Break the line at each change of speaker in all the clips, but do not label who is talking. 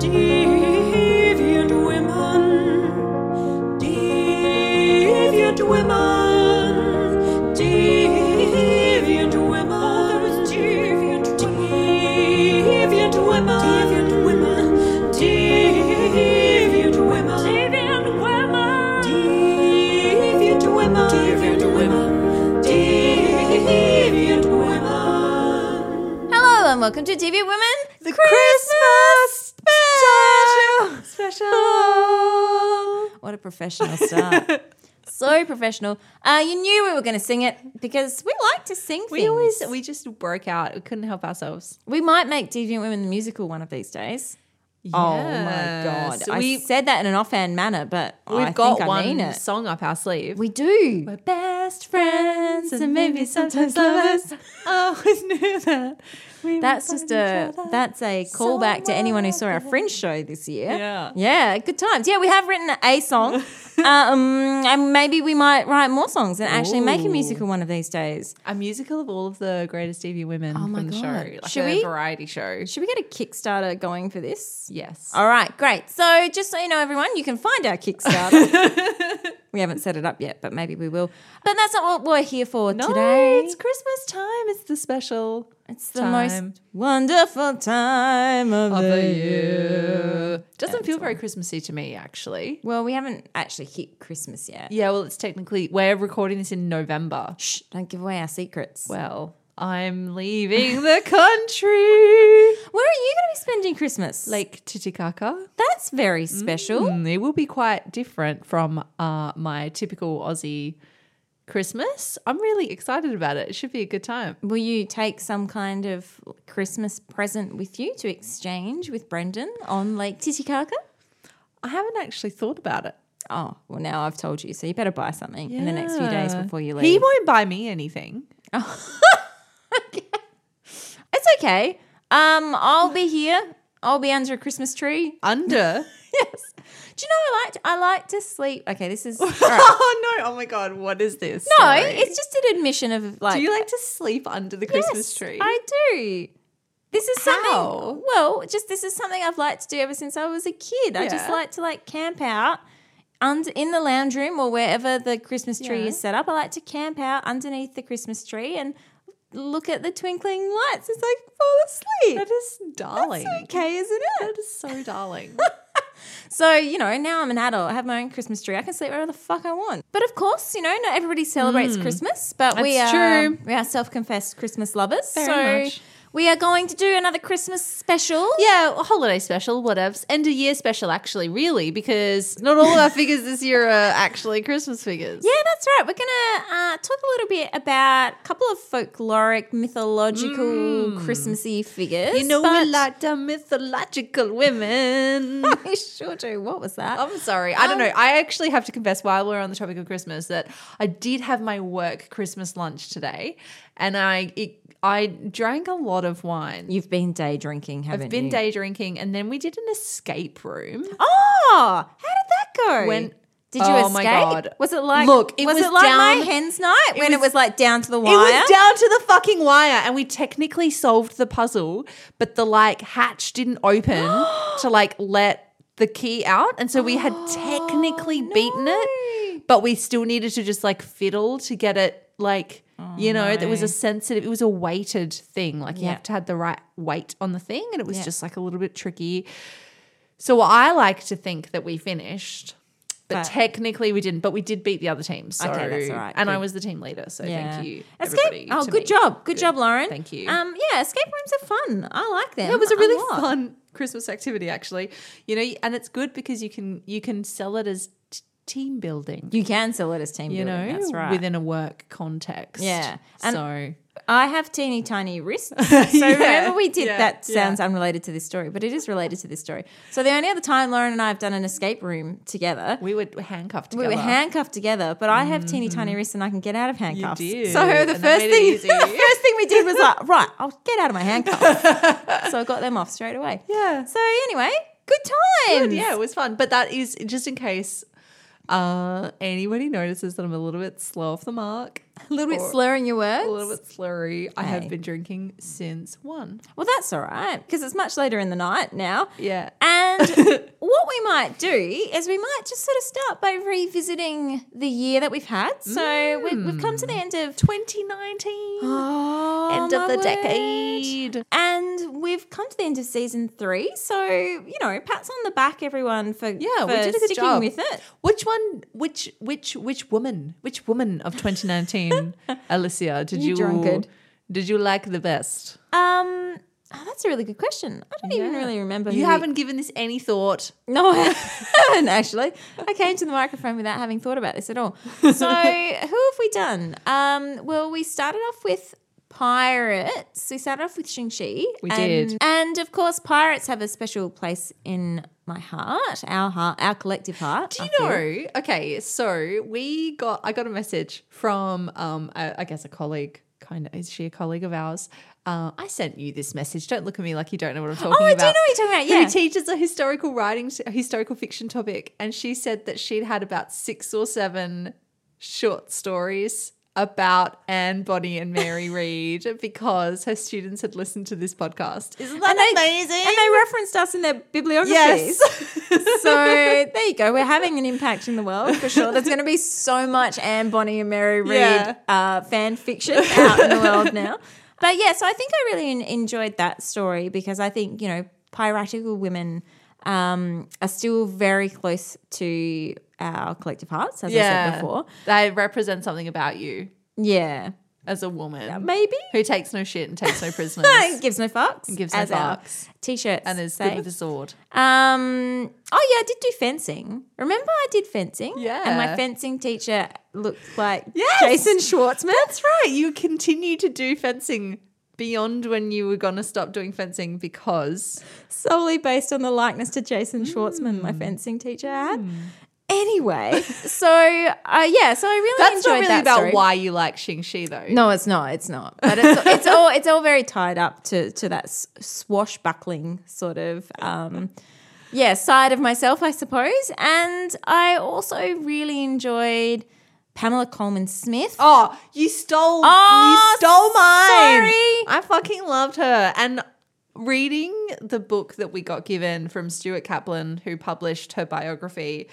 deviant women, deviant women, deviant women, deviant women, deviant women, deviant women, deviant women, deviant women, deviant women, deviant women.
Hello and welcome to TV Women, the
Christmas
special.
special.
What a professional start! so professional. Uh, you knew we were going to sing it because we like to sing
We
things.
always we just broke out. We couldn't help ourselves.
we might make Deviant Women the musical one of these days. Oh my
Yes.
god!
We-
I said that in an offhand manner, but
We've
I
got
think
one
I mean it.
song up our sleeve.
we do.
We're best friends
and maybe sometimes lovers.
Always knew Oh, that. We
That's
would
just
find
a
each other.
that's a callback to anyone who saw our Fringe show this year.
Yeah.
yeah, good times. Yeah, we have written a song, um, and maybe we might write more songs and actually make a
Ooh.
musical one of these days.
a musical of all of the greatest TV women
Oh my
from the
God.
show. Like
Should
a
we-
variety show.
Should we get a Kickstarter going for this?
Yes.
All right, great. So just so you know, everyone, you can find our Kickstarter. we haven't set it up yet, but maybe we will. But that's not what we're here for
No,
today.
it's Christmas time. It's the special
It's the
time.
most wonderful time of,
of
the,
the
year.
year. Doesn't feel very Christmassy to me, actually.
Well, we haven't actually hit Christmas yet.
Yeah, well, it's technically we're recording this in November.
Shh, don't give away our secrets.
Well, I'm leaving the country.
Where are you going to be spending Christmas?
Lake Titicaca.
that's very special.
Mm, It will be quite different from uh, my typical Aussie Christmas. I'm really excited about it. It should be a good time.
Will you take some kind of Christmas present with you to exchange with Brendan on Lake Titicaca?
I haven't actually thought about it.
Oh, well, now I've told you, so you better buy something in the next few days
Yeah.
before you leave.
He won't buy me anything.
it's okay. Um, I'll be here. I'll be under a Christmas tree.
Under.
Yes. Do you know I like to, I like to sleep? Okay, this is all right.
oh no! Oh my god! What is this?
no.
story?
It's just an admission of like.
Do you like to sleep under the
Yes,
Christmas tree?
I do. This is
How?
something. Well, just this is something I've liked to do ever since I was a kid. I just
Yeah.
like to like camp out under in the lounge room or wherever the Christmas tree
Yeah.
is set up. I like to camp out underneath the Christmas tree and look at the twinkling lights as I fall asleep.
that is darling.
That's okay, isn't it?
That is so darling.
So, you know, now I'm an adult. I have my own Christmas tree. I can sleep wherever the fuck I want. But of course, you know, not everybody celebrates Christmas, but we are
Hmm. That's true.
we are self-confessed Christmas lovers.
Very
so
much.
we are going to do another Christmas special.
Yeah, a holiday special, whatevs. End of year special, actually, really, because not all of our figures this year are actually Christmas figures.
Yeah, that's right. We're gonna uh, talk a little bit about a couple of folkloric, mythological, Christmassy figures.
Hmm. You know,
but-
we like the mythological women. Um,
we sure do. What was that?
I'm sorry. I don't know. I actually have to confess while we're on the topic of Christmas that I did have my work Christmas lunch today and I it, I drank a lot of wine.
You've been day drinking, haven't
I've been
you?
day drinking and then we did an escape room.
Oh, how did that go?
When-
did you
Oh
escape?
my God.
Was it like
Look, it
was,
was
it like my
down-
hen's night when it
was-
was like down to the wire?
It was down to the fucking wire, and we technically solved the puzzle, but the like hatch didn't open to like let the key out, and so we had technically beaten it, but we still needed to just like fiddle to get it like.
Oh,
You know, there was a sensitive, it was a weighted thing. Like you
Yeah.
have to have the right weight on the thing. And it was
Yeah.
just like a little bit tricky. So I like to think that we finished, but,
But-
technically we didn't. But we did beat the other team. So,
Okay, that's all right.
And I
Good.
was the team leader. So thank you.
Escape.
everybody,
Oh,
to
good
me.
job. Good, job, Lauren.
Thank you.
Um, yeah, escape rooms are fun. I like them.
It was a really
lot.
fun Christmas activity, actually. You know, and it's good because you can you can sell it as t- team building.
You can sell it as team
You
building.
know,
that's right.
within a work context.
Yeah. And-
so
I have teeny tiny wrists. So remember we did
yeah,
that
yeah.
sounds unrelated to this story, but it is related to this story. So the only other time Lauren and I have done an escape room together
we were handcuffed
We
together. Mm.
were handcuffed together, but I have teeny tiny wrists and I can get out of handcuffs.
did,
So
and
the
that
first
made it
thing,
easy.
the first thing we did was like, right, I'll get out of my handcuffs. so I got them off straight away.
Yeah.
So anyway, good times.
Good, yeah, it was fun. But that is just in case uh, anybody notices that I'm a little bit slow off the mark,
A little bit slurring your words.
a little bit slurry, I
Hey.
have been drinking since one.
Well, that's all right because it's much later in the night now.
Yeah.
And what we might do is we might just sort of start by revisiting the year that we've had. So we've, we've come to
Mm.
the end of
2019,
Oh,
end of
my
the
word.
decade.
And we've come to the end of season three. So, you know, pats on the back, everyone, for,
Yeah, we
for
did a good
sticking
job.
with it.
Which one? Which which which woman? Which woman of 2019, Alicia? Did
You
you,
drunkard.
did you like the best?
Um, oh, that's a really good question. I don't even
Yeah.
really remember.
You
who-
haven't given this any thought.
No, I haven't actually. I came to the microphone without having thought about this at all. So, who have we done? Um, well, we started off with pirates. We started off with Shing Chi.
We
and,
did.
and of course, pirates have a special place in my heart, our heart, our collective heart.
Do
I
you
feel.
know? Okay, so we got I got a message from um I, I guess a colleague, kind of is she a colleague of ours? Uh, I sent you this message. Don't look at me like you don't know what I'm talking
Oh, I
about.
do know what you're talking about. Yeah.
Who teaches a historical writing, a historical fiction topic, and she said that she'd had about six or seven short stories about Anne Bonny and Mary Read because her students had listened to this podcast. Isn't that
and they,
amazing?
And they referenced us in their bibliographies. so there you go. We're having an impact in the world for sure. There's going to be so much Anne Bonny and Mary Read
Yeah.
uh, fan fiction out in the world now. But yeah, so I think I really en- enjoyed that story because I think you know piratical women um, are still very close to our collective hearts, as I said before.
They represent something about you
Yeah,
as a woman.
maybe.
who takes no shit and takes no prisoners
gives no fucks.
gives no
as our
fucks.
T-shirts
and is
say.
good with a sword.
Um. Oh yeah, I did do fencing. Remember, I did fencing.
Yeah.
And my fencing teacher looked like
Yes!
Jason Schwartzman.
That's right. You continue to do fencing beyond when you were going to stop doing fencing because
solely based on the likeness to Jason Schwartzman,
Hmm.
my fencing teacher had. Anyway, so uh, yeah, so I really
that's
enjoyed
not really
that
about
story.
why you like Shing Shi though.
No, it's not. It's not. But it's, it's all it's all very tied up to to that s- swashbuckling sort of um, yeah side of myself, I suppose. And I also really enjoyed Pamela Coleman Smith.
Oh, you stole
Oh,
you stole mine.
sorry.
I fucking loved her. And reading the book that we got given from Stuart Kaplan, who published her biography,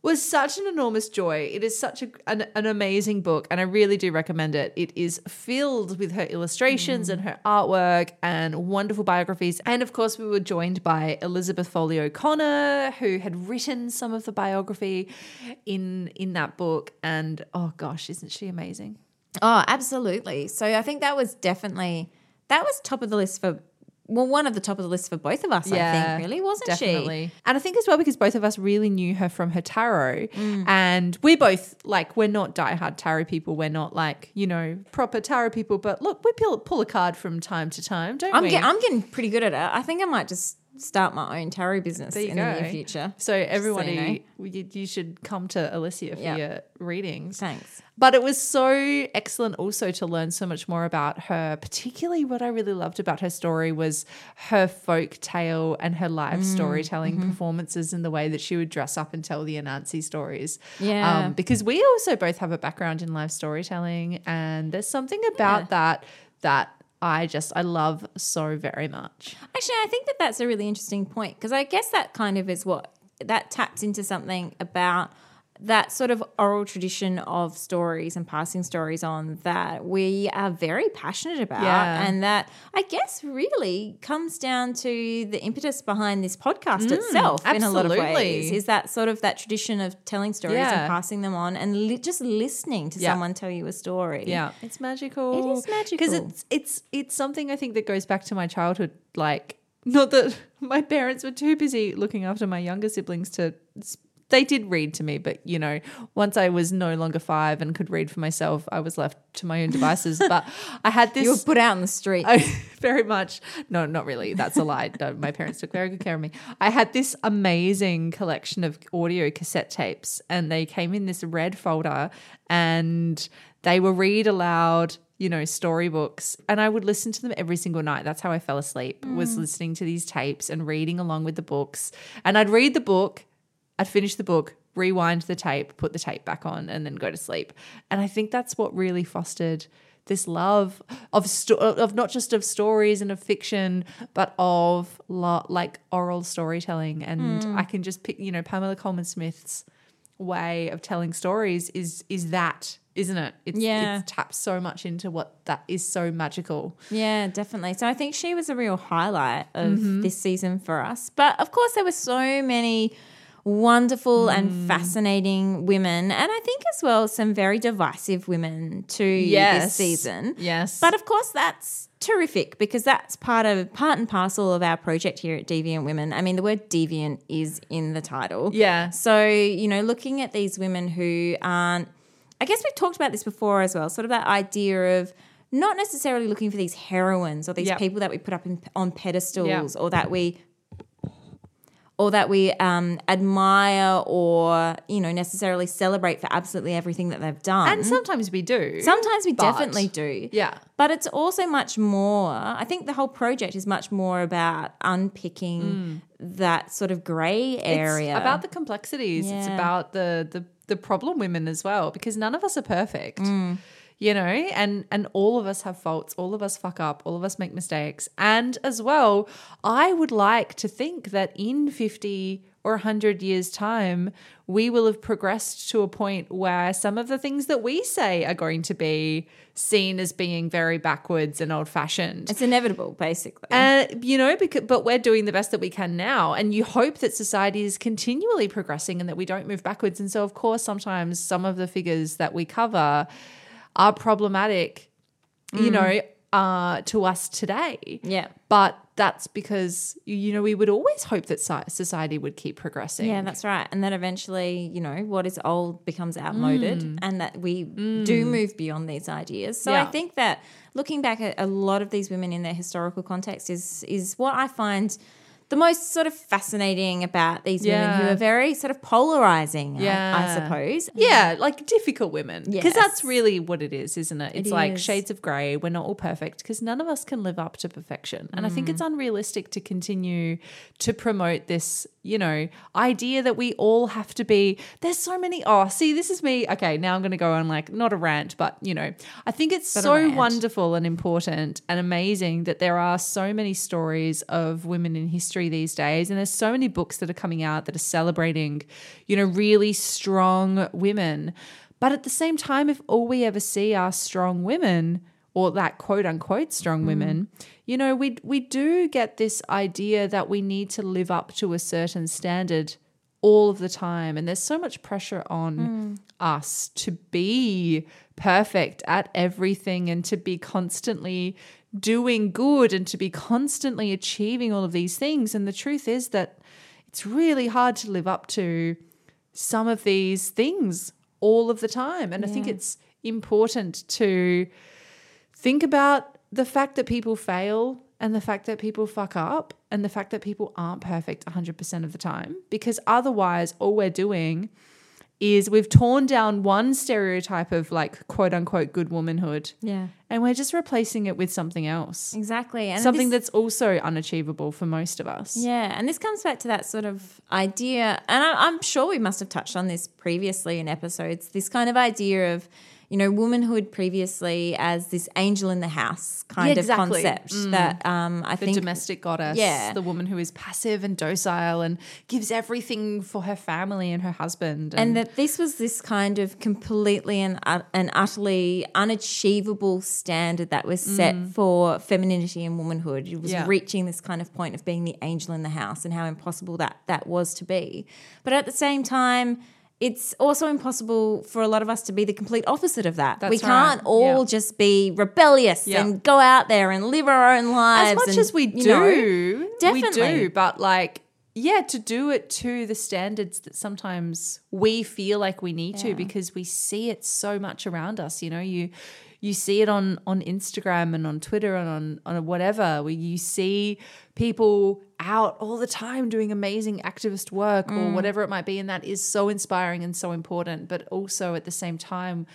was such an enormous joy. It is such a, an, an amazing book, and I really do recommend it. It is filled with her
Mm.
illustrations and her artwork and wonderful biographies. And of course, we were joined by Elizabeth Foley O'Connor, who had written some of the biography in in that book. And oh gosh, isn't she amazing?
Oh, absolutely. So I think that was definitely that was top of the list for well, one of the top of the list for both of us. I think really wasn't she?
And I think as well because both of us really knew her from her tarot,
Mm.
and we're both like we're not diehard tarot people. We're not like you know proper tarot people, but look, we pull, pull a card from time to time, don't
I'm
we?
get, I'm getting pretty good at it. I think I might just start my own tarot business
There you
in the
go.
near future.
so everybody,
you know.
we- you, you should come to Alicia for
Yeah.
your readings.
Thanks.
But it was so excellent also to learn so much more about her. Particularly, what I really loved about her story was her folk tale and her live storytelling performances and the way that she would dress up and tell the Anansi stories. Um,
Yeah.
because we also both have a background in live storytelling, and there's something about that that I just I love so very much.
Actually, I think that that's a really interesting point because I guess that kind of is what that taps into something about that sort of oral tradition of stories and passing stories on that we are very passionate about
Yeah.
and that I guess really comes down to the impetus behind this podcast itself in a lot of
Mm, absolutely.
ways is that sort of that tradition of telling stories
Yeah.
and passing them on and li- just listening to
Yeah.
someone tell you a story.
Yeah, it's magical.
It is magical.
because it's it's it's something I think that goes back to my childhood. Like, not that my parents were too busy looking after my younger siblings to. They did read to me, but you know, once I was no longer five and could read for myself, I was left to my own devices. but I had this
You were put out in the street.
I very much. No, not really. That's a lie. No, my parents took very good care of me. I had this amazing collection of audio cassette tapes, and they came in this red folder, and they were read aloud. You know, storybooks, and I would listen to them every single night. That's how I fell asleep. Was listening to these tapes and reading along with the books, and I'd read the book, I'd finish the book, rewind the tape, put the tape back on, and then go to sleep. And I think that's what really fostered this love of sto- of not just of stories and of fiction, but of lo- like oral storytelling. And I can just pick, you know, Pamela Coleman Smith's way of telling stories is is that isn't it it's,
Yeah.
it's tapped so much into what that is so magical
Yeah, definitely. So I think she was a real highlight of this season for us. But of course, there were so many wonderful and fascinating women, and I think as well some very divisive women too this season.
yes
But of course, that's terrific because that's part of part and parcel of our project here at Deviant Women. I mean, the word deviant is in the title.
Yeah.
So you know, looking at these women who aren't, I guess we've talked about this before as well. Sort of that idea of not necessarily looking for these heroines or these
Yep.
people that we put up in, on pedestals or that we or that we um, admire or you know necessarily celebrate for absolutely everything that they've done.
and sometimes we do
Sometimes we
But-
definitely do.
yeah
But it's also much more, I think the whole project is much more about unpicking that sort of grey area.
Mm. It's about the complexities. It's
Yeah.
about the, the the problem women as well, because none of us are perfect.
Mm.
You know, and and all of us have faults, all of us fuck up, all of us make mistakes. And as well, I would like to think that in 50 or 100 years time, we will have progressed to a point where some of the things that we say are going to be seen as being very backwards and old fashioned.
it's inevitable, basically.
And you know, because, but we're doing the best that we can now, and you hope that society is continually progressing and that we don't move backwards. And so, of course, sometimes some of the figures that we cover are problematic, you know, uh, to us today.
Yeah.
But that's because you- you know we would always hope that so- society would keep progressing.
yeah, that's right. And then eventually, you know, what is old becomes outmoded and that we do move beyond these ideas. So I
Yeah.
think that looking back at a lot of these women in their historical context is is what I find the most sort of fascinating about these women who
Yeah.
are very sort of polarizing, I- I,
Yeah.
suppose.
Yeah, like difficult women. Because
Yes.
that's really what it is, isn't it? It's like
is.
shades of grey. We're not all perfect because none of us can live up to perfection. And I think
Mm.
it's unrealistic to continue to promote this, you know, idea that we all have to be. There's so many. Oh, see, this is me. Okay, now I'm going to go on like not a rant, but, you know, I think it's
But a
so
rant.
wonderful and important and amazing that there are so many stories of women in history these days. And there's so many books that are coming out that are celebrating, you know, really strong women. But at the same time, if all we ever see are strong women, or that quote unquote strong women, you know, we we do get this idea that we need to live up to a certain standard all of the time. And there's so much pressure on us to be perfect at everything and to be constantly doing good and to be constantly achieving all of these things. And the truth is that it's really hard to live up to some of these things all of the time. And I think it's important to think about the fact that people fail and the fact that people fuck up and the fact that people aren't perfect 100% of the time because otherwise all we're doing is we've torn down one stereotype of like quote unquote good womanhood
Yeah.
and we're just replacing it with something else
Exactly. And
something
this-
that's also unachievable for most of us
Yeah, and this comes back to that sort of idea, and I, I'm sure we must have touched on this previously in episodes. This kind of idea of, you know, womanhood previously as this angel in the house kind
Yeah,
of
exactly. Mm.
concept that um, I
the
think
domestic goddess,
Yeah.
the woman who is passive and docile and gives everything for her family and her husband.
and that this was this kind of completely and, ut- and utterly unachievable standard that was set for femininity and womanhood. It was
Mm. Yeah.
reaching this kind of point of being the angel in the house and how impossible that that was to be. But at the same time, it's also impossible for a lot of us to be the complete opposite of that. we
That's right.
can't all
Yeah.
just be rebellious
Yeah.
and go out there and live our own lives.
as much
and,
as we
you
do,
know,
we
Definitely.
do. But like, yeah, to do it to the standards that sometimes we feel like we need to because we see it so much around us. You know, you you see it on on Instagram and on Twitter and on on whatever where you see people out all the time doing amazing activist work
Mm.
or whatever it might be and that is so inspiring and so important but also at the same time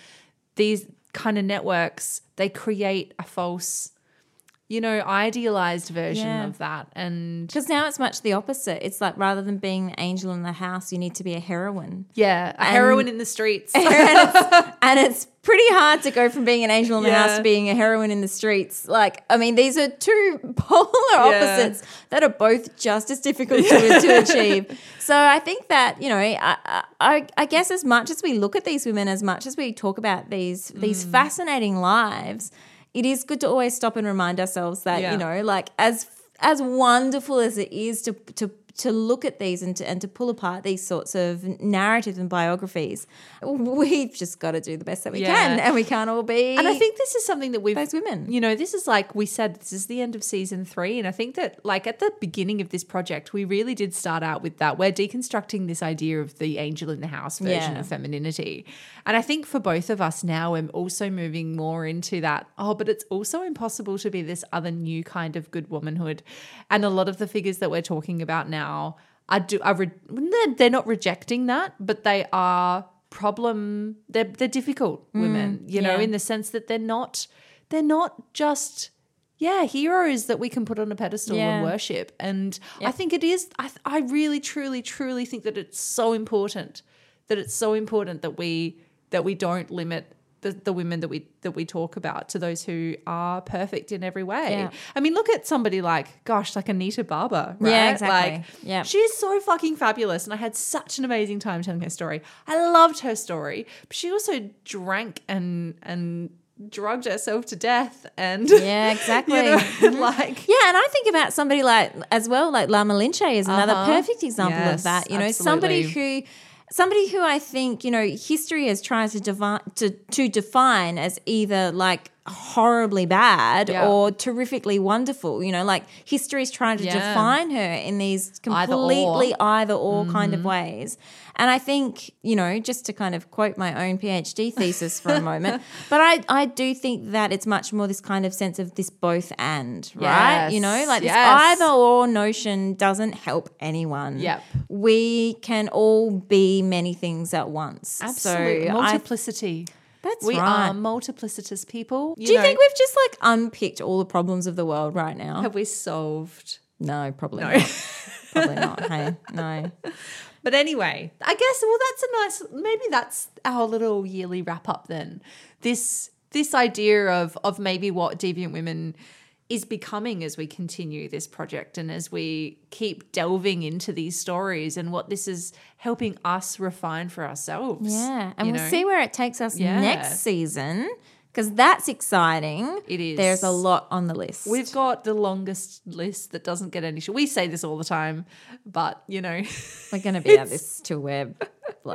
these kind of networks they create a false you know, idealized version
Yeah.
of that. And
Because now it's much the opposite. It's like rather than being an angel in the house, you need to be a heroine.
yeah, a heroine in the streets.
And it's pretty hard to go from being an angel in the
Yeah.
house to being a heroine in the streets. Like, I mean, these are two polar opposites that are both just as difficult to, to achieve. So I think that, you know, I, I- I, I guess as much as we look at these women, as much as we talk about these,
Mm.
these fascinating lives, it is good to always stop and remind ourselves that,
Yeah.
you know, like as, as wonderful as it is to, to, to look at these and to, and to pull apart these sorts of narratives and biographies, we've just got to do the best that we
Yeah.
can, and we can't all be.
And I think this is something that we've
those women.
You know, this is like we said, this is the end of season three, and I think that like at the beginning of this project, we really did start out with that. We're deconstructing this idea of the angel in the house version
Yeah.
of femininity, and I think for both of us now, I'm also moving more into that. Oh, but it's also impossible to be this other new kind of good womanhood, and a lot of the figures that we're talking about now. are do are re- they're- they're not rejecting that, but they are problem. They're they're difficult women, you know,
Mm, yeah.
in the sense that they're not they're not just yeah heroes that we can put on a pedestal
Yeah.
and worship and i think it is I, th- I really truly truly think that it's so important that it's so important that we that we don't limit the, the women that we that we talk about to those who are perfect in every way
Yeah.
i mean look at somebody like gosh like anita barber right
Yeah, exactly.
like
Yeah.
she's so fucking fabulous and i had such an amazing time telling her story i loved her story but she also drank and and drugged herself to death and
Yeah, exactly.
you know,
Mm-hmm.
like
Yeah, and I think about somebody like as well, like Lama Linche is another
Uh-huh.
perfect example
Yes,
of that. You know, somebody who somebody who I think, you know, history has tried to define to, to define as either like horribly bad
Yeah.
or terrifically wonderful. You know, like history's trying to
Yeah.
define her in these
Either or. Mm-hmm.
completely either or kind of ways. And I think, you know, just to kind of quote my own PhD thesis for a moment, but I, I do think that it's much more this kind of sense of this both and, right? You know,
Yes,
like
yes.
this either or notion doesn't help anyone.
Yep.
We can all be many things at once.
absolutely
So I,
multiplicity
that's
we
right.
are multiplicitous people you
do you
know.
think we've just like unpicked all the problems of the world right now?
have we solved
No, probably not. probably not. Hey, no.
But anyway, I guess well that's a nice maybe that's our little yearly wrap up then. This this idea of of maybe what deviant women is becoming as we continue this project and as we keep delving into these stories and what this is helping us refine for ourselves.
Yeah, and
you
we'll
know?
see where it takes us
Yeah.
next season because that's exciting.
It is.
There's a lot on the list.
We've got the longest list that doesn't get any. We say this all the time, but you know,
We're going to be at this till we're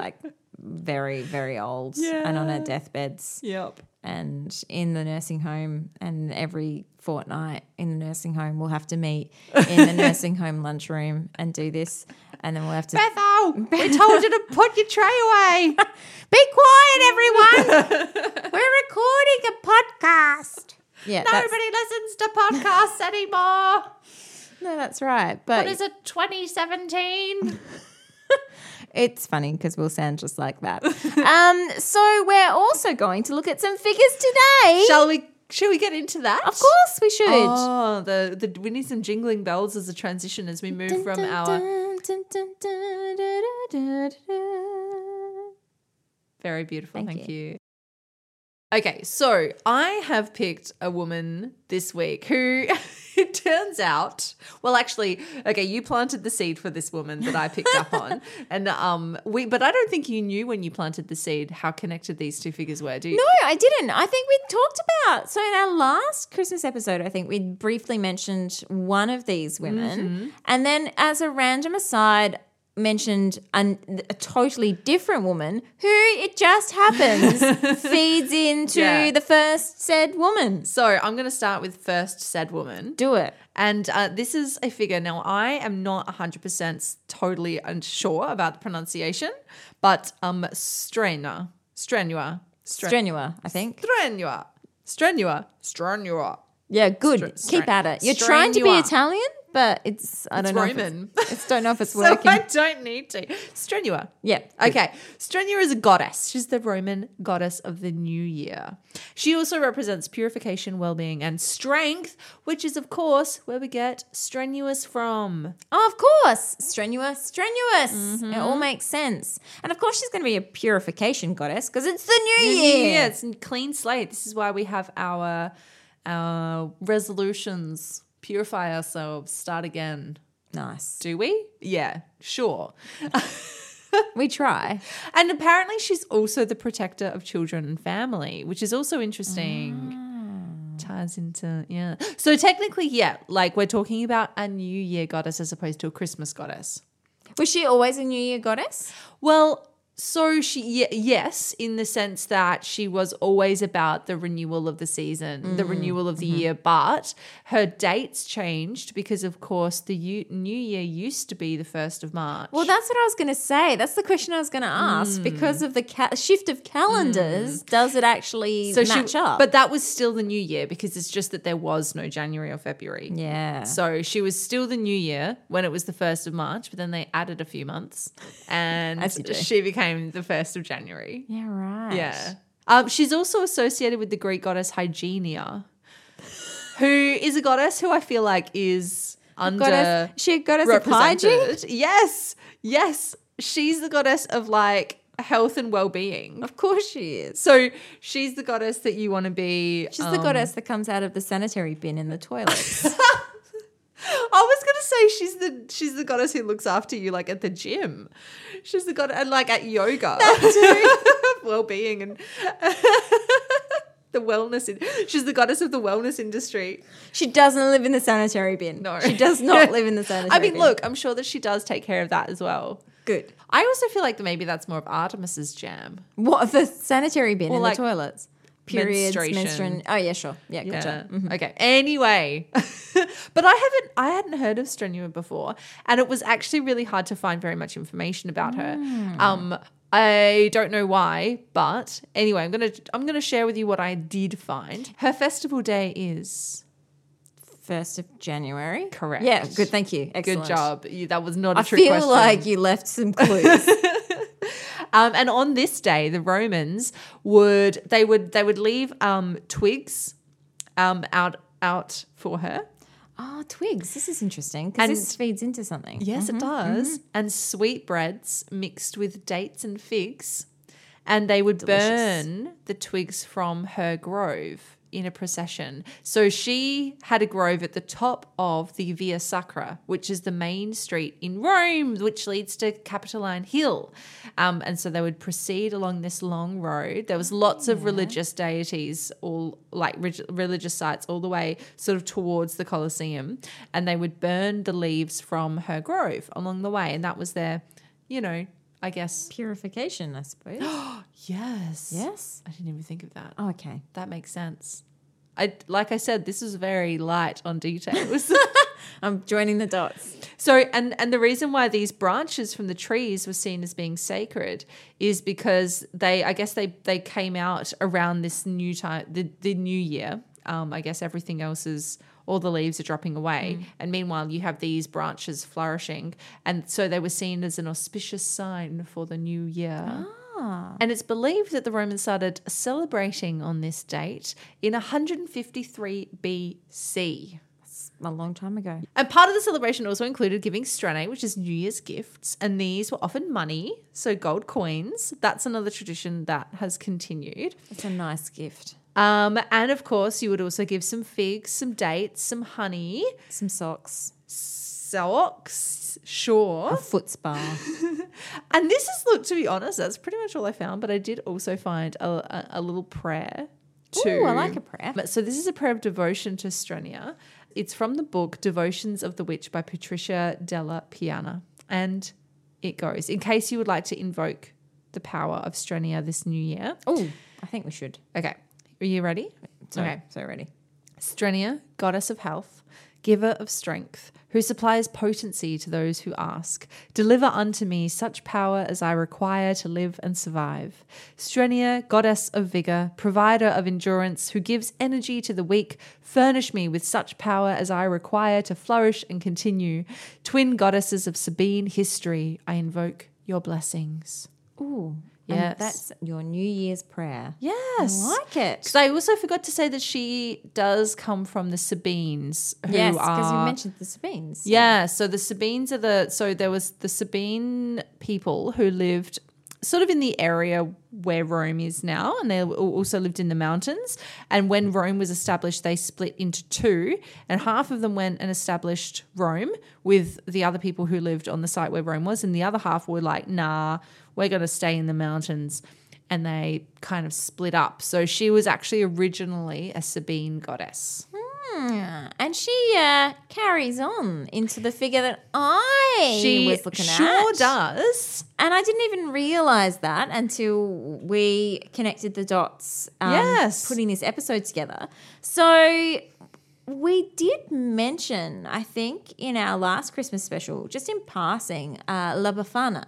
like very, very old and on our deathbeds
yep.
and in the nursing home. And every fortnight in the nursing home, we'll have to meet in the nursing home lunchroom and do this. And then we'll have to
Bethel, we told you to put your tray away.
be quiet, everyone. we're recording a podcast. Yeah, that's,
Nobody listens to podcasts anymore.
no, that's right. But
What is it, 2017?
It's funny because we'll sound just like that. um, so we're also going to look at some figures today.
Shall we? Shall we get into that?
of course we should.
Oh, the, the we need some jingling bells as a transition as we move
Dun,
from
dun,
our
dun, dun, dun, dun, dun, dun, dun, dun.
very beautiful.
Thank
Thank, you. Okay, so I have picked a woman this week who it turns out, well actually, okay, you planted the seed for this woman that I picked up on. And um we but I don't think you knew when you planted the seed how connected these two figures were, do you?
No, I didn't. I think we talked about so in our last Christmas episode, I think we briefly mentioned one of these women,
Mm-hmm.
and then as a random aside. Mentioned an, a totally different woman who it just happens feeds into
Yeah.
the first said woman.
So I'm going to start with first said woman.
Do it.
And uh, this is a figure. Now, I am not 100% totally unsure about the pronunciation, but um, Strenua. Strenua. Stre-
Strenua, I think.
Strenua. Strenua. Strenua.
Yeah, good.
stre-
Keep at it. You're trying to be
strenua.
Italian? but it's I
It's
don't know.
Roman.
If it's, it's- don't know if it's
So
working.
I don't need to. Strenua.
yeah.
Okay. Strenua is a goddess. She's the Roman goddess of the new year. She also represents purification, well being, and strength, which is, of course, where we get strenuous from.
Oh, of course. Strenuous, strenuous. It
Mm-hmm.
all makes sense. And of course, she's going to be a purification goddess because it's the new
New
year.
Year. It's a clean slate. This is why we have our, our resolutions purify ourselves, start again.
Nice.
Do we? Yeah, sure.
We try.
And apparently, she's also the protector of children and family, which is also interesting. Ties into, yeah. So, technically, yeah, like we're talking about a New Year goddess as opposed to a Christmas goddess.
Was she always a new year goddess?
Well, so she, y- yes, in the sense that she was always about the renewal of the season, the renewal of the year, but her dates changed because, of course, the U- New Year used to be the 1st of March.
Well, that's what I was going to say. That's the question I was going to
Mm.
ask. Because of the ca- shift of calendars, does it actually match up?
But that was still the new year because it's just that there was no January or February.
yeah.
So she was still the new year when it was the 1st of March, but then they added a few months and
As you do.
she became the 1st of January.
yeah, right.
Yeah. Um, she's also associated with the Greek goddess Hygienia, who is a goddess who I feel like is under
Goddess, she a goddess of hygiene?
represented. Yes. Yes. She's the goddess of like health and well being.
Of course she is.
So she's the goddess that you want to be.
She's the goddess that comes out of the sanitary bin in the toilet.
I was gonna say she's the she's the goddess who looks after you like at the gym. She's the goddess and like at yoga, well being and the wellness. In, she's the goddess of the wellness industry.
she doesn't live in the sanitary bin.
No.
She does not live in the sanitary
I mean,
bin.
look, I'm sure that she does take care of that as well.
Good.
I also feel like that maybe that's more of Artemis's jam.
What the sanitary bin
Or
in
like
the toilets? Periods,
menstruation.
menstruation. Oh yeah, sure. Yeah,
Yeah.
gotcha.
Okay. Anyway, but I haven't. I hadn't heard of Strenua before, and it was actually really hard to find very much information about her. Um, I don't know why, but anyway, I'm gonna I'm gonna share with you what I did find. Her festival day is
First of January.
Correct.
Yeah. Good. Thank you. Excellent.
good job. You, that was not a
I
trick
feel
question.
like you left some clues.
Um, and on this day, the Romans would they would they would leave um, twigs um, out out for her.
oh, twigs. This is interesting because
And-
this feeds into something.
Yes, it does. And sweetbreads mixed with dates and figs. And they would burn the twigs from her grove in a procession. So she had a grove at the top of the Via Sacra, which is the main street in Rome, which leads to Capitoline Hill. Um, and so they would proceed along this long road. There was lots of religious deities, all like relig- religious sites, all the way sort of towards the Colosseum. And they would burn the leaves from her grove along the way. And that was their, you know, I guess.
Purification, I suppose.
Yes.
yes.
I didn't even think of that.
Oh, okay.
That makes sense. I like I said, this is very light on details.
I'm joining the dots.
so and and the reason why these branches from the trees were seen as being sacred is because they I guess they they came out around this new time the, the new year. Um, I guess everything else is all the leaves are dropping away, and meanwhile you have these branches flourishing, and so they were seen as an auspicious sign for the new year. And it's believed that the Romans started celebrating on this date in 153 BC.
A long time ago.
And part of the celebration also included giving stranae, which is New Year's gifts, and these were often money, so gold coins. That's another tradition that has continued.
It's a nice gift.
Um, and of course, you would also give some figs, some dates, some honey,
Some socks.
socks, sure.
A foot spa.
And this is, look, to be honest, that's pretty much all I found, but I did also find a, a, a little prayer too.
Ooh, I like a prayer.
But- So this is a prayer of devotion to Strenia. It's from the book Devotions of the Witch by Patricia Della Piana. And it goes, in case you would like to invoke the power of Strenia this new year.
Oh, I think we should.
Okay. Are you ready?
Sorry, okay. so ready.
Strenia, goddess of health, giver of strength, who supplies potency to those who ask. Deliver unto me such power as I require to live and survive. Strenia, goddess of vigor, provider of endurance, who gives energy to the weak, furnish me with such power as I require to flourish and continue. Twin goddesses of Sabine history, I invoke your blessings.
Ooh.
Yes.
Yes. That's your New Year's prayer.
Yes.
I like it.
Because I also forgot to say that she does come from the Sabines, who
Yes, because you
are.
mentioned the Sabines.
yeah, so the Sabines are the. So there was the Sabine people who lived sort of in the area where Rome is now, and they al- also lived in the mountains. And when Rome was established, they split into two, and half of them went and established Rome with the other people who lived on the site where Rome was, and the other half were like, nah, we're going to stay in the mountains and they kind of split up. So she was actually originally a Sabine goddess.
Yeah. And she uh, carries on into the figure that I was looking
sure
at.
does.
And I didn't even realize that until we connected the dots. Um,
Yes.
Putting this episode together. So we did mention, I think, in our last Christmas special, just in passing, uh, La Befana,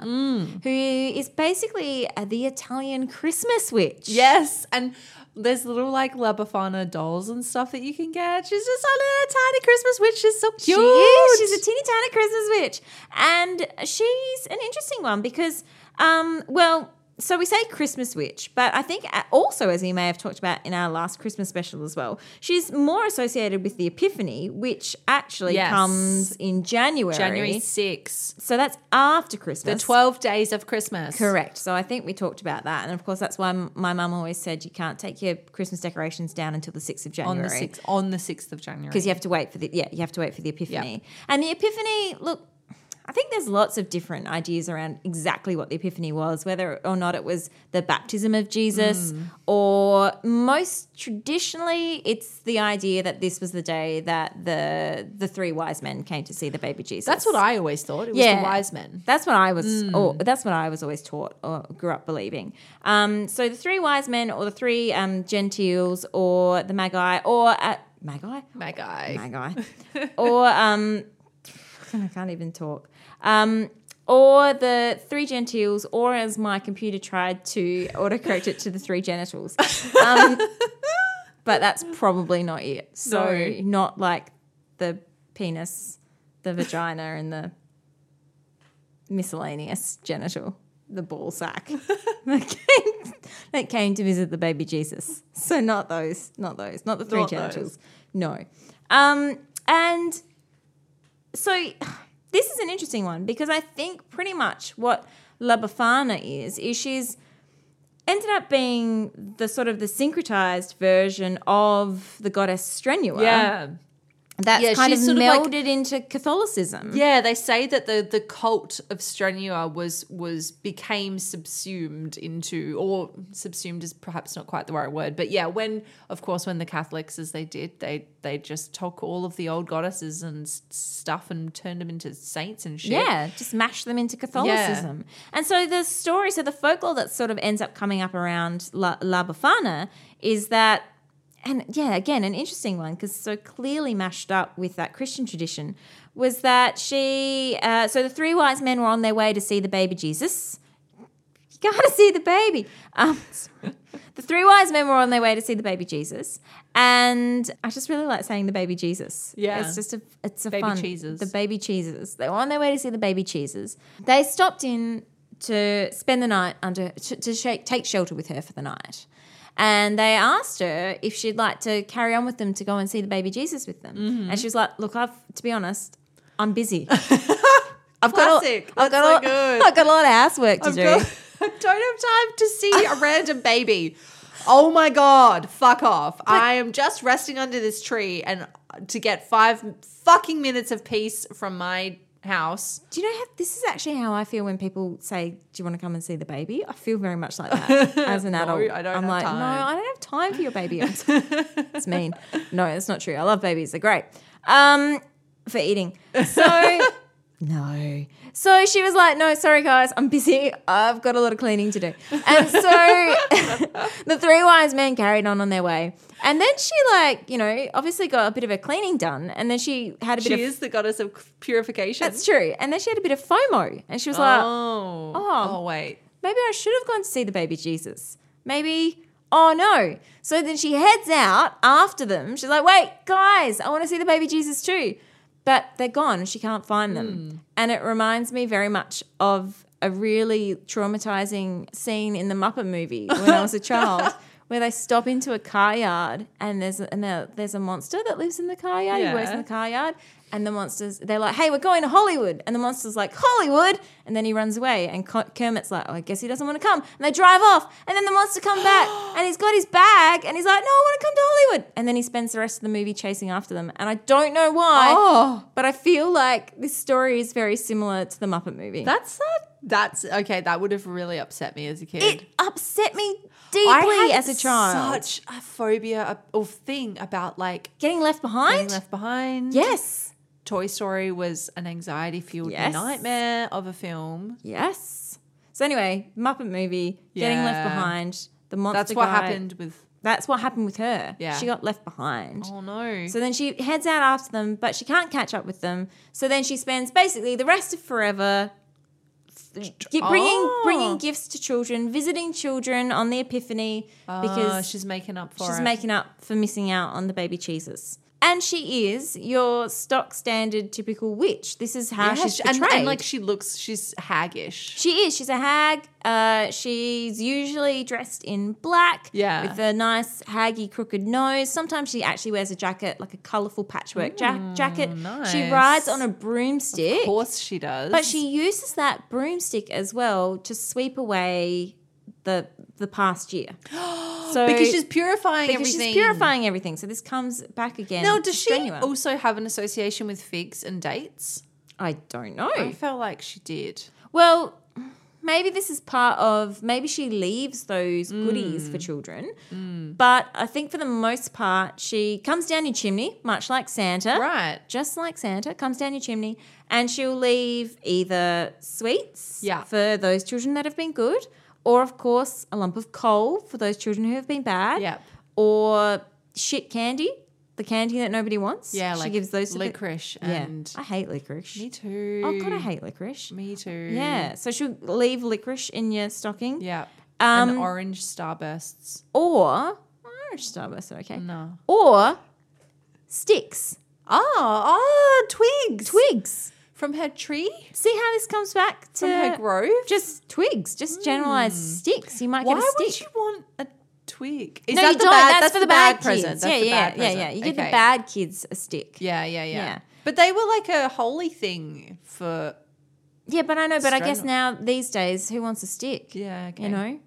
who is basically uh, the Italian Christmas witch.
Yes, and there's little like La Befana dolls and stuff that you can get. She's just a little tiny Christmas witch. She's so
She
cute.
is. She's a teeny tiny Christmas witch. And she's an interesting one because, um, well, so we say Christmas witch, but I think a- also, as we may have talked about in our last Christmas special as well, she's more associated with the Epiphany, which actually
Yes.
comes in January.
January 6th,
So that's after
the
Christmas.
12 days of Christmas.
Correct. So I think we talked about that. And of course, that's why m- my mum always said you can't take your Christmas decorations down until the 6th of January
On the 6th, on the 6th of January.
because you have to wait for the yeah you have to wait for the epiphany and the epiphany look i think there's lots of different ideas around exactly what the epiphany was whether or not it was the baptism of jesus
Mm.
or most traditionally it's the idea that this was the day that the the three wise men came to see the baby jesus
That's what I Mm. always thought. It was the wise men.
that's what I was, or that's what I was always taught or grew up believing. Um, so the three wise men, or the three um, gentiles, or the magi, or uh, magi,
Magi.
Magi. or um, I can't even talk. Um, or the three gentiles, or as my computer tried to autocorrect it to the three genitals. Um, but that's probably not it. So
No.
not like the penis, the vagina, and the miscellaneous genital, the ball sack that came, that came to visit the baby Jesus. So not those, not those, not the three
Not
genitals. No. Um, and so this is an interesting one because I think pretty much what La Befana is is she's ended up being the sort of the syncretized version of the goddess Strenua.
Yeah.
That's
Yeah,
kind of
she's sort of
melded
like-
into Catholicism.
Yeah, they say that the the cult of Strenua was was became subsumed into or subsumed is perhaps not quite the right word, but yeah, when of course when the Catholics as they did, they they just took all of the old goddesses and s- stuff and turned them into saints and shit.
Yeah, just mash them into Catholicism. And so the story, so the folklore that sort of ends up coming up around La, La Befana is that, and yeah, again, an interesting one because so clearly mashed up with that Christian tradition was that she, uh, so the three wise men were on their way to see the baby Jesus. You gotta see the baby. Um, the three wise men were on their way to see the baby Jesus, and I just really like saying the baby Jesus.
Yeah.
it's just a it's a
Baby
fun
cheeses.
the baby cheeses. They were on their way to see the baby cheeses. They stopped in to spend the night under to, to shake, take shelter with her for the night. And they asked her if she'd like to carry on with them to go and see the baby Jesus with them.
Mm-hmm.
And she was like, "Look, I've to be honest, I'm busy. I've got all,
Classic.
I've
That's
got
so
all,
good.
I've got a lot of housework to
I've
do."
got- I don't have time to see a random baby. Oh my god, fuck off. I am just resting under this tree and to get 5 fucking minutes of peace from my house.
Do you know how this is actually how I feel when people say, "Do you want to come and see the baby?" I feel very much like that as an adult.
I don't
I'm
have
like, no,
time."
I don't have time for your baby. I'm sorry. it's mean. No, that's not true. I love babies; they're great um, for eating. So No. So she was like, no, sorry, guys, I'm busy. I've got a lot of cleaning to do. And so the three wise men carried on on their way. And then she, like, you know, obviously got a bit of her cleaning done. And then she had a bit
She
of.
is the goddess of purification.
That's true. And then she had a bit of FOMO. And she was like,
Oh.
Oh.
Oh, wait.
maybe I should have gone to see the baby Jesus. Maybe, oh no. So then she heads out after them. She's like, wait, guys, I want to see the baby Jesus too. But they're gone. She can't find them. And it reminds me very much of a really traumatizing scene in the Muppet movie when I was a child. Where they stop into a car yard and there's a, and there- there's a monster that lives in the car yard. He works in
Yeah.
the car yard. And the monsters, they're like, hey, we're going to Hollywood. And the monster's like, Hollywood. And then he runs away. And Co- Kermit's like, oh, I guess he doesn't want to come. And they drive off. And then the monster comes back. And he's got his bag. And he's like, no, I want to come to Hollywood. And then he spends the rest of the movie chasing after them. And I don't know why.
Oh.
But I feel like this story is very similar to the Muppet movie.
That's not. That's okay. That would have really upset me as a kid.
it upset me
I
deeply
had
as a child.
Such a phobia of- or thing about like
Getting left
being
behind?
left behind.
yes.
Toy Story was an anxiety fueled
Yes.
nightmare of a film.
Yes. So anyway, Muppet movie, getting left
Yeah.
behind. The monster.
That's what
guy-
happened with.
That's what happened with her.
Yeah.
She got left behind.
Oh no.
So then she heads out after them, but she can't catch up with them. So then she spends basically the rest of forever gi- bringing
Oh.
bringing gifts to children, visiting children on the Epiphany
because
because
Ah, Uh, she's making up for
She's
it.
making up for missing out on the baby cheeses. And she is your stock standard typical witch. This is how
Yeah,
ah, she's
she- and,
portrayed.
and like she looks, she's haggish.
she is. She's a hag. Uh, she's usually dressed in black.
Yeah.
With a nice haggy crooked nose. Sometimes she actually wears a jacket, like a colourful patchwork ja- jacket. She
Mm, nice.
rides on a broomstick.
Of course, she does.
But she uses that broomstick as well to sweep away the the past year. So
because she's purifying
because
everything.
she's purifying everything. So this comes back again.
Now, does she
strenuous.
also have an association with figs and dates?
I don't know.
I felt like she did.
Well, maybe this is part of maybe she leaves those goodies
Mm.
for children. But I think for the most part, she comes down your chimney, much like Santa.
Right.
Just like Santa comes down your chimney, and she'll leave either sweets
Yeah.
for those children that have been good, or of course a lump of coal for those children who have been bad.
Yep.
Or shit candy, the candy that nobody wants.
Yeah,
she
like
gives those to the-
licorice
yeah,
and
I hate licorice.
me too.
Oh god, I hate licorice.
me too.
Yeah, so she'll leave licorice in your stocking,
Mm. yeah. and
Um,
orange starbursts.
or Irish starburst, okay, Mm.
No.
or sticks,
Oh, oh, twigs.
twigs.
from her tree,
See how this comes back to
from her grove.
just twigs, just generalized sticks. You might
Mm. Why
get a
would
stick.
you want a twig? Is
no, you
the
don't.
bad?
that's, for the
bad
bad, kids.
present. That's
yeah,
the
yeah,
bad
yeah,
present.
yeah. You get the
Okay.
bad kids a stick. Yeah,
Yeah, yeah, yeah,
Yeah.
But they were like a holy thing for.
but I know. But I guess
Strange.
now these days, who wants a stick?
Yeah, okay.
you know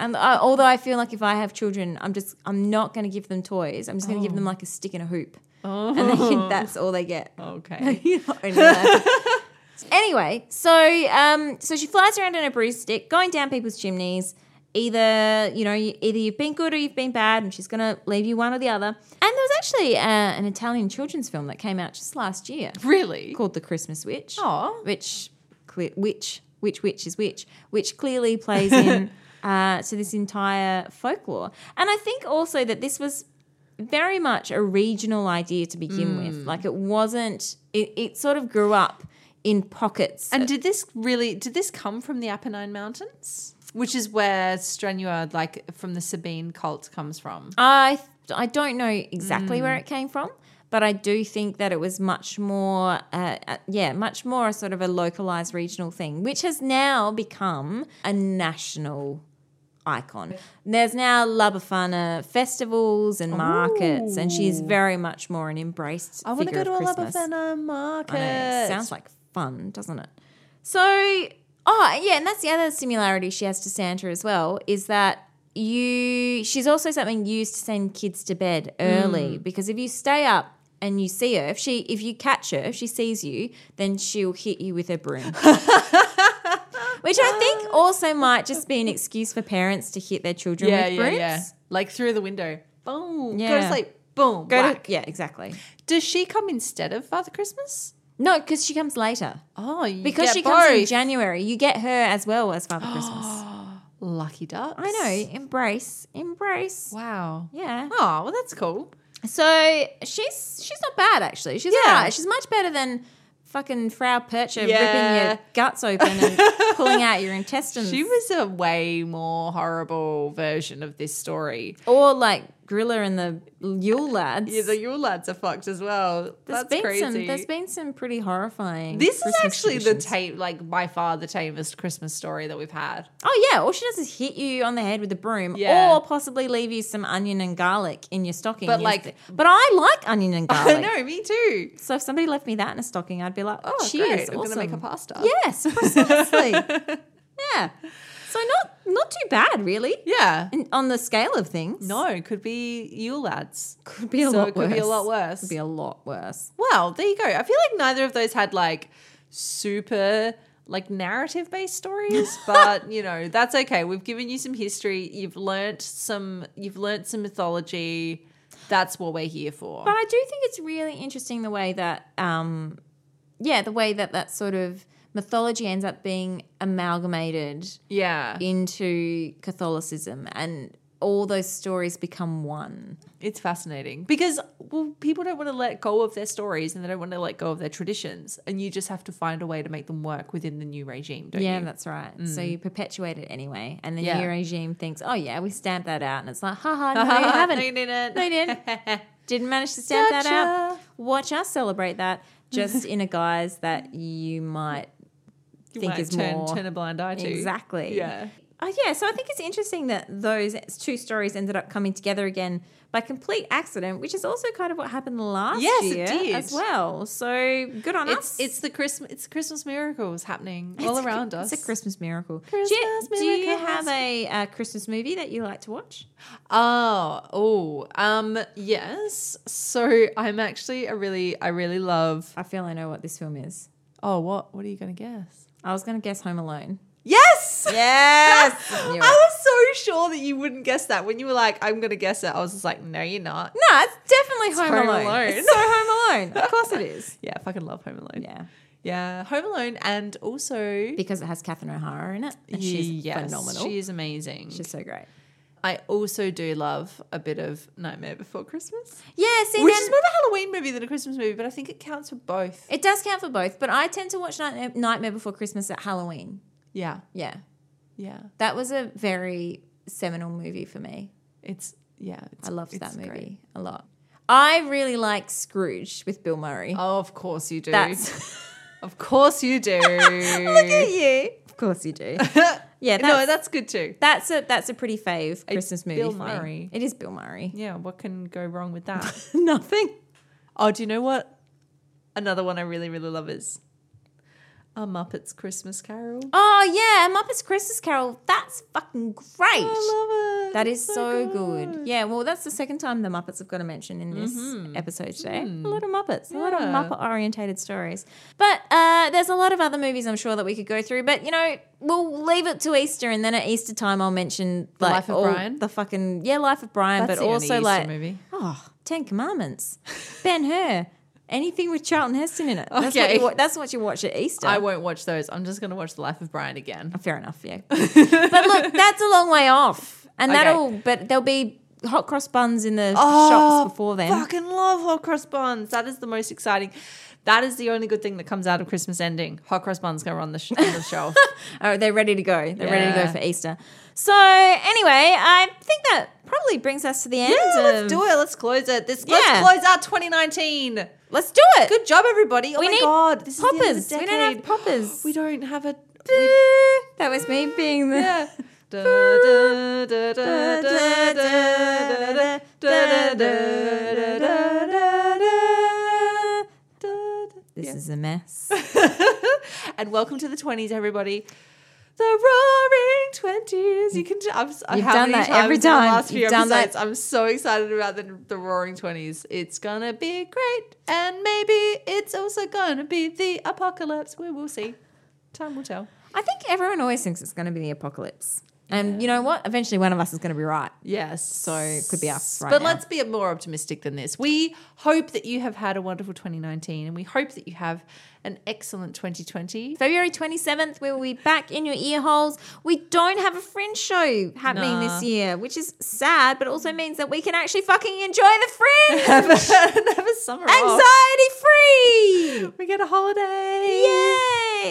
and I, although i feel like if i have children i'm just i'm not going to give them toys i'm just going to give them like a stick and a hoop
Oh.
and then that's all they get
Okay.
You're not really allowed to- anyway so um so she flies around on a broomstick, going down people's chimneys either you know you, either you've been good or you've been bad and she's going to leave you one or the other and there was actually uh, an italian children's film that came out just last year
really?
called the christmas witch
Oh.
which cle- which which which is which which clearly plays in uh, to this entire folklore and i think also that this was very much a regional idea to begin with like it wasn't it, it sort of grew up in pockets
And did this really? Did this come from the Apennine Mountains, which is where Strenua, like from the Sabine cult, comes from?
I I don't know exactly
Mm.
where it came from, but I do think that it was much more, uh, uh, yeah, much more a sort of a localized regional thing, which has now become a national icon. There's now La Befana festivals and markets, and she's very much more an embraced.
I want
want
to go to a Labafana market.
I know, sounds like fun, doesn't it? So, oh yeah, and that's the other similarity she has to Santa as well is that you she's also something used to send kids to bed
Mm.
early because if you stay up and you see her, if she if you catch her, if she sees you, then she'll hit you with her broom. Which I think also might just be an excuse for parents to hit their children
yeah,
with
yeah,
brooms.
yeah. Like through the window. Boom. Go
Yeah.
to sleep. Boom.
Go
whack.
to, yeah, exactly.
Does she come instead of Father Christmas?
No, because she comes later.
Oh, you
Because
get
she comes in
both.
January, you get her as well as Father Christmas.
Lucky ducks.
I know. Embrace, embrace.
Wow.
Yeah.
Oh, well, that's cool.
So she's she's not bad actually. She's
Yeah.
yeah. She's much better than fucking Frau Percher ripping
Yeah.
your guts open and pulling out your intestines.
She was a way more horrible version of this story.
or like Grilla and the Yule lads.
Yeah, the Yule lads are fucked as well.
There's
That's
been
crazy.
some. There's been some pretty horrifying.
this is
Christmas
actually
traditions.
the tame, like by far the tamest Christmas story that we've had.
Oh yeah, all she does is hit you on the head with a broom,
Yeah.
or possibly leave you some onion and garlic in your stocking.
But,
Yes,
like-
th- but I Ah, like onion and garlic.
I know, me too.
So if somebody left me that in a stocking, I'd be like,
Oh,
cheers,
great. I'm gonna make a
awesome.
pasta.
Yes, precisely. yeah. So not not too bad, really.
Yeah.
In, on the scale of things,
No, could be Yule lads.
could be a
so
lot
it
worse.
could be a lot worse.
Could be a lot worse.
Wow, there you go. I feel like neither of those had like super like narrative based stories, but you know, that's okay. We've given you some history. You've learnt some you've learnt some mythology. That's what we're here for.
But I do think it's really interesting the way that, um, yeah, the way that that sort of mythology ends up being amalgamated
yeah.
into Catholicism and all those stories become one.
It's fascinating because well, people don't want to let go of their stories and they don't want to let go of their traditions, and you just have to find a way to make them work within the new regime, don't
yeah,
you?
that's right. So you perpetuate it anyway. And the
Yeah.
new regime thinks, oh, yeah, we stamped that out. And it's like, ha ha, no, you haven't.
No, you didn't.
No, you didn't. Didn't manage to stamp that out.
Gotcha.
Watch us celebrate that just in a guise that you might
You
think
might
is
turn,
more.
turn a blind eye to
Exactly.
Yeah.
Oh, yeah. So I think it's interesting that those two stories ended up coming together again by complete accident, which is also kind of what happened last
Yes, it
year
did.
as well. So good on
It's
us.
it's the Christmas it's Christmas miracles happening all
It's a-
around us.
It's a Christmas miracle. do you,
Christmas
do you
miracles.
have a, uh Christmas movie that you like to watch?
Oh, oh, um, yes. So I'm actually a really, I really love.
I feel I know what this film is.
Oh, what? What are you gonna guess?
I was going to guess Home Alone.
Yes.
Yes!
I
Knew it.
was so sure that you wouldn't guess that when you were like, "I'm gonna guess it." I was just like, "No, you're not."
No, it's definitely Home,
Home
Alone.
Alone.
It's so Home Alone. Of course it is.
Yeah, I fucking love Home Alone.
Yeah.
yeah, Home Alone, and also
Because it has Catherine O'Hara in it. And she's
yes,
phenomenal.
She is amazing.
she's so great.
I also do love a bit of Nightmare Before Christmas,
Yeah, see,
which
then-
is more of a Halloween movie than a Christmas movie, but I think it counts for both.
it does count for both, but I tend to watch Night- Nightmare Before Christmas at Halloween.
Yeah,
Yeah.
yeah.
That was a very seminal movie for me.
It's yeah. It's,
I loved that
it's
movie
great.
a lot. I really like Scrooge with Bill Murray.
Oh, of course you do.
That's
of course you do.
look at you. Of course you do. Yeah, that's,
no, that's good too.
that's a that's a pretty fave Christmas movie.
Bill
for me.
Murray.
It is Bill Murray.
Yeah, what can go wrong with that?
Nothing.
oh, do you know what? Another one I really, really love is a Muppets Christmas Carol.
Oh yeah, Muppets Christmas Carol. That's fucking great.
I love it.
That
It's
is so good. Yeah, well, that's the second time the Muppets have got a mention in this episode today. A lot of Muppets, a lot of
Mm-hmm. Hmm. Yeah.
Muppet orientated stories. But uh, there's a lot of other movies I'm sure that we could go through. But you know, we'll leave it to Easter, and then at Easter time, I'll mention like
Life of
all
Brian?
the fucking yeah, Life of Brian,
That's the
but
only
also
Easter
like
movie.
oh, Ten Commandments, Ben Hur, anything with Charlton Heston in it. That's what
Okay.
you, wa- that's what you watch at Easter.
I won't watch those. I'm just going to watch The Life of Brian again.
Oh, Fair enough, yeah. but look, that's a long way off, and
Okay. Oh,
that'll. But there'll be hot cross buns in the shops before then.
Fucking love hot cross buns. That is the most exciting. That is the only good thing that comes out of Christmas ending. Hot cross buns go on the, sh- on the shelf.
Oh, they're ready to go. They're ready to
Yeah.
go for Easter. So anyway, I think that probably brings us to the end.
Yeah,
of-
let's do it. Let's close it. This
Yeah.
let's close out 2019.
Let's do it.
Good job, everybody. Oh
We
my
need
god, this
poppers.
Is the
we
end of the
don't have
decade.
poppers.
We don't have a.
that was me being the.
Yeah. Da, da, da, da, da, da, da, da, da, da, da, da, da, da.
This is a mess.
And welcome to the 20s, everybody. The roaring 20s. You can. I'm, s-
You've
how
done
many
that
times
every
in the
time.
last few
You've done that.
episodes. I'm so excited about the, the roaring 20s. It's going to be great. And maybe it's also going to be the apocalypse. We will see. Time will tell.
I think everyone always thinks it's going to be the apocalypse. And you know what? Eventually, one of us is going to be right.
Yes.
So it could be us right
but
now.
let's be more optimistic than this. We hope that you have had a wonderful 2019 and we hope that you have an excellent 2020.
February 27th, we will be back in your ear holes. We don't have a fringe show happening
Nah.
this year, which is sad, but also means that we can actually fucking enjoy the fringe.
Never summer off.
Anxiety free!
We get a holiday.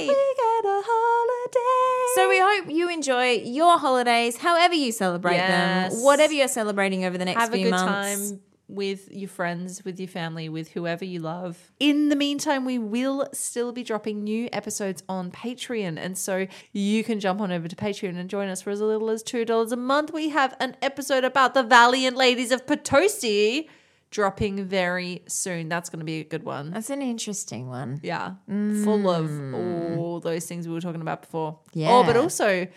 Yay!
We get a holiday.
So we hope you enjoy your holidays, however you celebrate
Yes.
them, whatever you're celebrating over the next
have a
few
good
months.
time with your friends, with your family, with whoever you love. In the meantime, we will still be dropping new episodes on Patreon. And so you can jump on over to Patreon and join us for as little as $2 a month. We have an episode about the Valiant Ladies of Potosi dropping very soon. That's going to be a good one.
That's an interesting one.
Yeah. Full of all those things we were talking about before.
Yeah.
Oh, but also,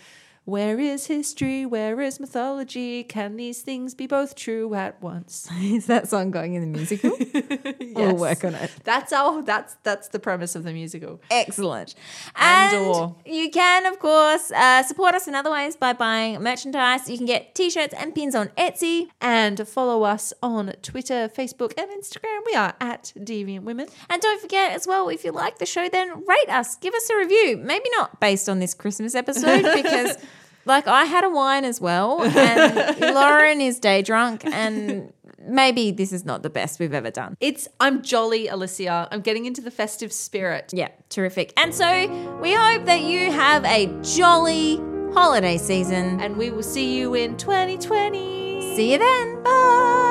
where is history? Where is mythology? Can these things be both true at once?
Is that song going in the musical? We'll work on it.
That's our that's that's the premise of the musical.
Excellent.
And
And,
or.
you can, of course, uh, support us in other ways by buying merchandise. You can get t shirts and pins on Etsy.
And follow us on Twitter, Facebook, and Instagram. We are at Deviant Women.
And don't forget as well, if you like the show, then rate us, give us a review. Maybe not based on this Christmas episode because. Like I had a wine as well, and Lauren is day drunk, and maybe this is not the best we've ever done.
It's I'm jolly, Alicia. I'm getting into the festive spirit.
Yeah, terrific. And so we hope that you have a jolly holiday season.
And we will see you in 2020.
See you then. Bye.